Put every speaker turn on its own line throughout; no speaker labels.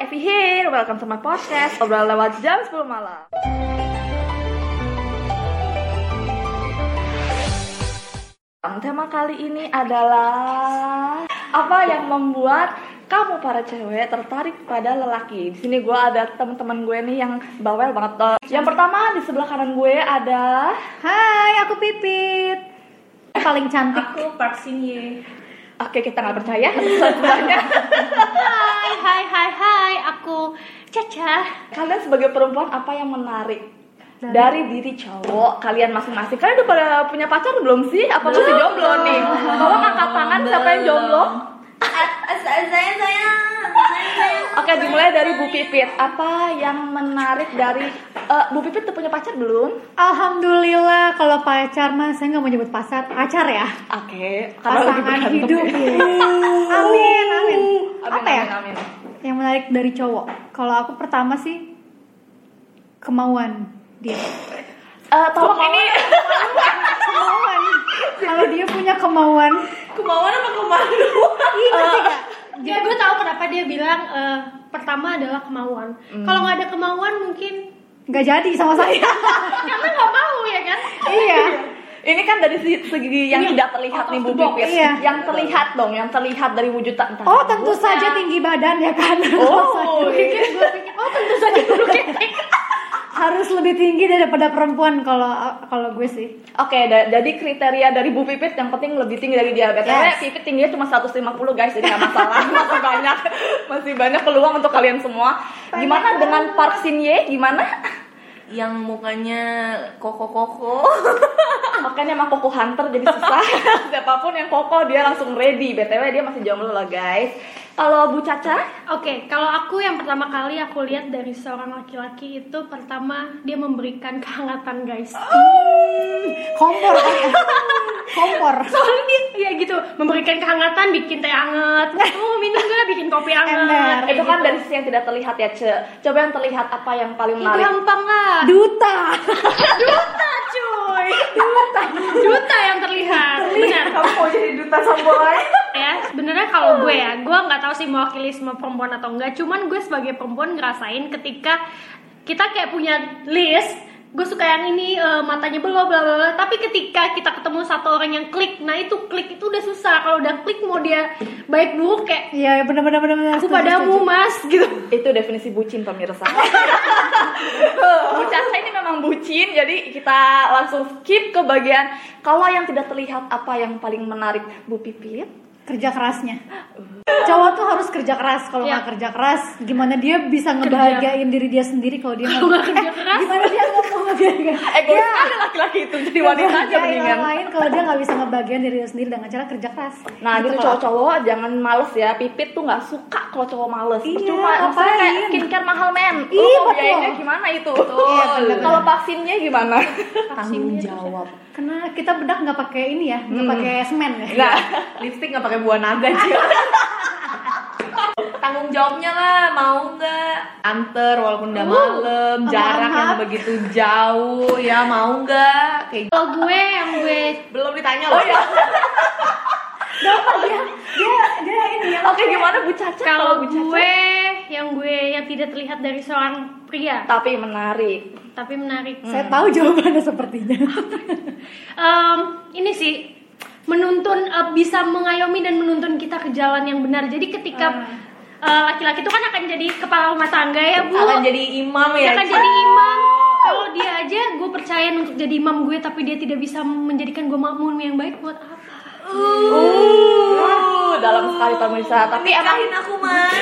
Evi here, welcome to my podcast Obrolan lewat jam 10 malam Tema kali ini adalah Apa yang membuat kamu para cewek tertarik pada lelaki di sini gue ada teman-teman gue nih yang bawel banget Eh, yang pertama di sebelah kanan gue ada
Hai, aku Pipit. Paling cantik.
Aku Park Shin Ye.
oke kita nggak percaya sebelahnya
Hai, hai, hai, hai. Aku Caca.
kalian sebagai perempuan apa yang menarik dari diri cowok kalian masing-masing kalian udah pada punya pacar belum sih apa masih jomblo nih tolong angkat tangan siapa yang jomblo
Saya saya saya.
oke dimulai dari Bu Pipit apa yang menarik dari eh, Bu Pipit udah punya pacar belum
Alhamdulillah kalau pacar mah saya nggak mau nyebut pacar, pacar ya.
oke karena lagi
Pasangan
berantem
hidup.
ya.
ya. amin, amin. Apa ya?
Amin, amin.
Yang menarik dari cowok. Kalau aku pertama sih kemauan dia.
Eh, tolong ini
Kemauan. Kalau dia punya kemauan,
kemauan apa kemalu
Ih,
ya.
ngerti gak? Dia gue Ya, tahu kenapa dia bilang eh, pertama adalah kemauan. Kalau nggak ada kemauan mungkin Hmm. nggak jadi sama saya. Karena nggak mau ya kan? iya.
ini kan dari si- segi yang tidak terlihat nih Bu
the box.
Pipit
Iya.
yang terlihat dong yang terlihat dari wujud tak entah.
Oh tentu saja tinggi badan ya kan?
Oh,
iya.
pikir gue pikir oh tentu saja bulu ketek. Harus lebih tinggi daripada perempuan kalau kalau gue sih.
Oke, da- jadi kriteria dari Bu Pipit yang penting lebih tinggi dari dia. Karena
Yes.
Pipit tingginya cuma 150 guys, jadi nggak masalah. masih banyak, masih banyak peluang untuk kalian semua. Gimana dengan Park Shin Ye? Gimana?
Yang mukanya koko-koko.
Makanya emang koko hunter jadi susah. Siapapun yang koko dia langsung ready. BTW dia masih jomblo lah guys. Kalau Bu Caca,
Oke, kalau aku yang pertama kali aku lihat dari seorang laki-laki itu pertama dia memberikan kehangatan guys.
Oh.
Oh, Kompor kan ya? Kompor.
Soalnya dia ya gitu memberikan kehangatan, bikin teh anget, mau minum gak, bikin kopi anget.
Ember.
kayak
itu kan
gitu.
dari sisi yang tidak terlihat ya, Ce. Coba yang terlihat apa yang paling
Ya,
menarik?
gampang lah.
Duta.
Duta cuy, duta, duta yang terlihat. Benar.
Kamu mau jadi duta sombong?
ya sebenarnya kalau gue ya gue nggak tahu sih mewakili semua perempuan atau enggak cuman gue sebagai perempuan ngerasain ketika kita kayak punya list gue suka yang ini eh, matanya belok bla bla bla tapi ketika kita ketemu satu orang yang klik nah itu klik itu udah susah kalau udah klik mau dia baik buruk kayak
Iya benar-benar benar.
aku padamu mas gitu
itu definisi bucin pemirsa Bu Caca ini memang bucin jadi kita langsung skip ke bagian kalau yang tidak terlihat apa yang paling menarik Bu ya? Pipit
kerja kerasnya cowok tuh harus kerja keras kalau
Iya.
nggak kerja keras gimana dia bisa ngebahagiain diri dia sendiri kalau dia
Kalau nggak kerja keras.
gimana dia nggak mau ngebahagiain
egois sekali Eh, laki-laki itu jadi
Iya,
wanita aja
ngebahagiain
mendingan
orang lain kalau dia nggak bisa ngebahagiain diri dia sendiri dengan cara kerja keras
Nah gitu
kalau-
cowok-cowok jangan males ya Pipit tuh nggak suka kalau cowok males
Iya,
Percuma misalnya kayak
ngapain?
skincare mahal men
Iya,
Lu mau
betul.
biayanya gimana itu?
Iya, bener-bener.
Kalau vaksinnya gimana?
Tanggung jawab.
karena kita bedak nggak pakai ini ya nggak
Hmm.
pakai semen ya
Nah
Lipstick nggak pakai buah naga sih. Tanggung jawabnya lah, mau nggak? Anter walaupun udah malam,
sama
jarak yang
anak.
begitu jauh, ya mau nggak? Kayak gitu.
kalau gue yang gue
belum ditanya loh.
dia dia ini ya
Oke gimana Bu Caca?
kalau
Bu Caca?
gue yang gue yang tidak terlihat dari seorang pria
Tapi menarik
tapi menarik
saya tahu
Hmm.
jawabannya sepertinya
Em, ini sih menuntun eh, bisa mengayomi dan menuntun kita ke jalan yang benar. Jadi ketika
Ah.
eh, laki-laki itu kan akan jadi kepala rumah tangga ya bu,
Akan jadi imam
Dia
ya.
akan jadi imam. Kalau dia aja, gue percaya untuk jadi imam gue, tapi dia tidak bisa menjadikan gue makmum yang baik buat apa?
Uh, dalam sekali pemirsa. Tapi emang
Nikahin aku mas.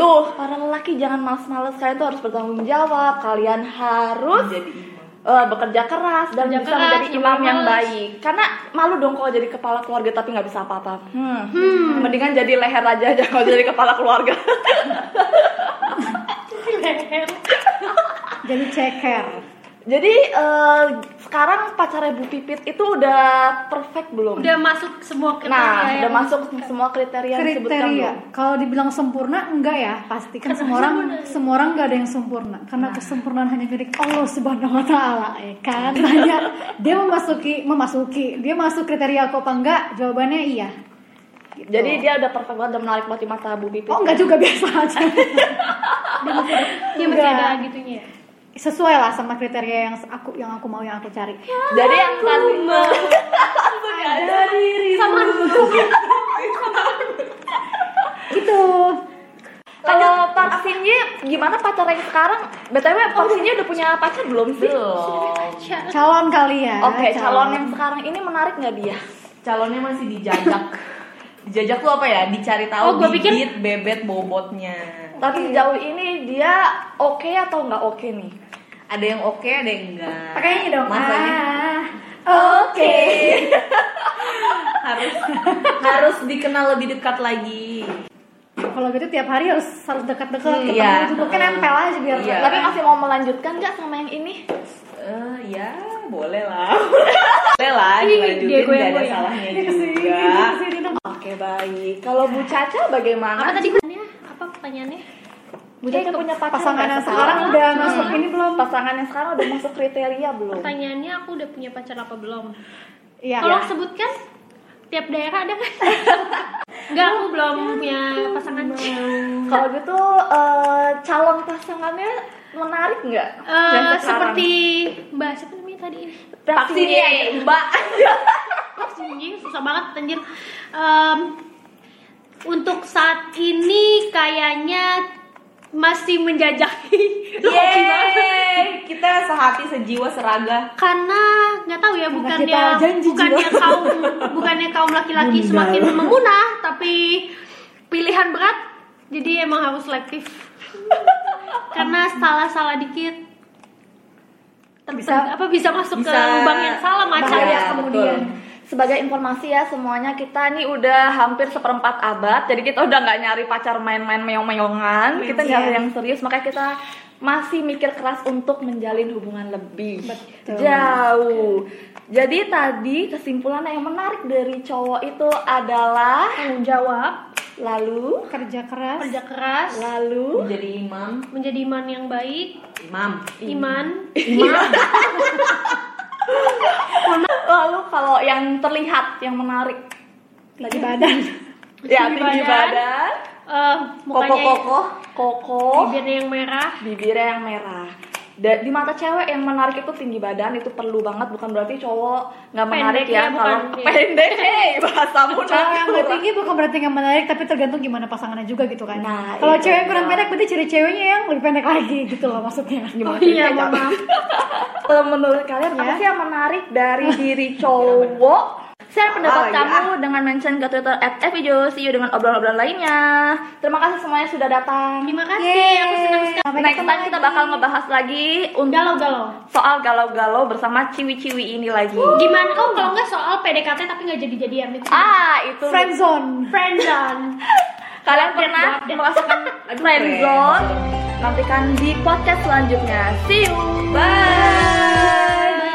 tuh para lelaki jangan males-males kalian tuh harus bertanggung jawab. Kalian harus
Jadi imam.
eh, bekerja keras dan
Bekerja
bisa
keras,
menjadi
jangan
imam yang
males.
baik. Karena malu dong kalau jadi kepala keluarga tapi nggak bisa apa-apa. Hmm. Mendingan jadi leher aja aja kalau jadi kepala keluarga.
jadi ceker
jadi eh, sekarang pacarnya Bu Pipit itu udah perfect belum?
Udah masuk semua kriteria. ya,
Nah, udah
yang-
masuk semua kriteria yang disebutkan belum?
kriteria kalau dibilang sempurna enggak ya pasti kan semua orang semua orang enggak ada yang sempurna
Nah.
karena kesempurnaan hanya milik Allah Subhanahu wa taala ya kan hanya dia memasuki memasuki dia masuk kriteria aku apa enggak jawabannya iya
Gitu. Jadi dia udah perfect banget, udah menarik banget di mata Bu Pipi.
Oh enggak juga biasa aja.
Dia masih
Enggak.
ada gitunya ya.
Sesuai lah sama kriteria yang aku yang aku mau yang aku cari.
Jadi yang tadi
Ada dirimu. gitu.
kalau Park Shin Ye gimana pacar yang sekarang? BTW Park Shin Ye udah punya pacar belum sih?
Calon kali ya.
Oke, calon yang sekarang ini menarik nggak dia?
calonnya masih dijajak dijajak tuh apa ya dicari
Oh,
tahu
gua pikir-
gigit bebet bobotnya
Tapi sejauh ini dia oke atau nggak oke nih?
ada yang oke ada yang enggak
Pakai ini dong.
Masanya-
Ah, Oke.
harus harus dikenal lebih dekat lagi
Kalau gitu tiap hari harus harus dekat-dekat
Hmm,
ketemu
iya.
juga. Mungkin nempel aja biar
Iya.
Tapi masih mau melanjutkan nggak sama yang ini?
Eh, ya boleh lah boleh lah
Ih, dia
dilanjutin
gue
gak
yang
ada
gue.
salahnya
Iya, kesini,
juga
kesini dong.
Oke baik. Kalau Bu Caca
Apa
bagaimana?
tadi pertanyaannya? Apa pertanyaannya?
Bu Caca punya pacar
Pasangan
nggak Hmm.
yang sekarang udah masuk ini belum?
Pasangan yang sekarang udah masuk kriteria belum?
Pertanyaannya aku udah punya pacar apa belum?
Ya.
Iya.
Tolong sebutkan tiap daerah ada kan? Enggak, aku belum punya pasangan.
Kalau gitu eh, calon pasangannya menarik nggak?
Eh,
Yang sekarang?
seperti Mbak siapa namanya tadi?
Park Shin Ye.
mbak
Anjing, susah banget anjir. Em, untuk saat ini kayaknya masih menjajaki Hoki banget.
Yeay, kita sehati sejiwa seraga
karena nggak tahu ya bukannya
kita janji
bukannya
jiwa.
kaum bukannya kaum laki-laki
Bunda.
semakin menguna tapi pilihan berat jadi emang harus selektif karena salah-salah dikit ter-
Bisa-
apa bisa masuk ke
bisa
lubang yang salah macam
bahaya
ya
Iya,
kemudian.
betul.
Sebagai informasi ya semuanya kita nih udah hampir seperempat abad Jadi kita udah nggak nyari pacar main-main meong-meongan Kita
Iya.
nyari yang serius makanya kita masih mikir keras untuk menjalin hubungan lebih
Betul.
jauh Jadi tadi kesimpulannya yang menarik dari cowok itu adalah
tanggung jawab
Lalu
Kerja keras.
kerja keras
Lalu
jadi imam
menjadi iman yang baik
imam
iman
Lalu kalau yang terlihat yang menarik
Tinggi badan.
Ya
Tinggi
tinggi
badan.
badan
eh, mukanya
Koko-koko Koko
bibirnya yang merah
bibirnya yang merah Da- di mata cewek yang menarik itu tinggi badan itu perlu banget bukan berarti cowok nggak menarik
Pendek
ya
ya,
kalau
bukan-
pendek hey bahasamu
Kalau yang
natural.
nggak tinggi bukan berarti nggak menarik, tapi tergantung gimana pasangannya juga gitu kan.
Nah,
Kalau
itu
cewek yang kurang
dia.
pendek berarti ciri ceweknya yang lebih pendek lagi gitu loh maksudnya.
Gimana
oh iya
ceritanya?
mohon maaf
Kalau Eh, menurut kalian Iya, apa
Ya.
sih yang menarik dari diri cowok share pendapat
Oh, iya.
kamu dengan mention ke twitter at you dengan obrolan-obrolan lainnya terima kasih semuanya sudah datang
terima kasih
Yeay.
aku senang sekali
Sampai
next
ketemu
time kita
lagi.
bakal ngebahas lagi untuk
galau-galau
soal galau-galau bersama ciwi-ciwi ini lagi
gimana oh kalau nggak soal PDKT tapi nggak jadi jadian itu
ah itu
friendzone.
friendzone
kalian pernah merasakan friendzone nantikan di podcast selanjutnya see you bye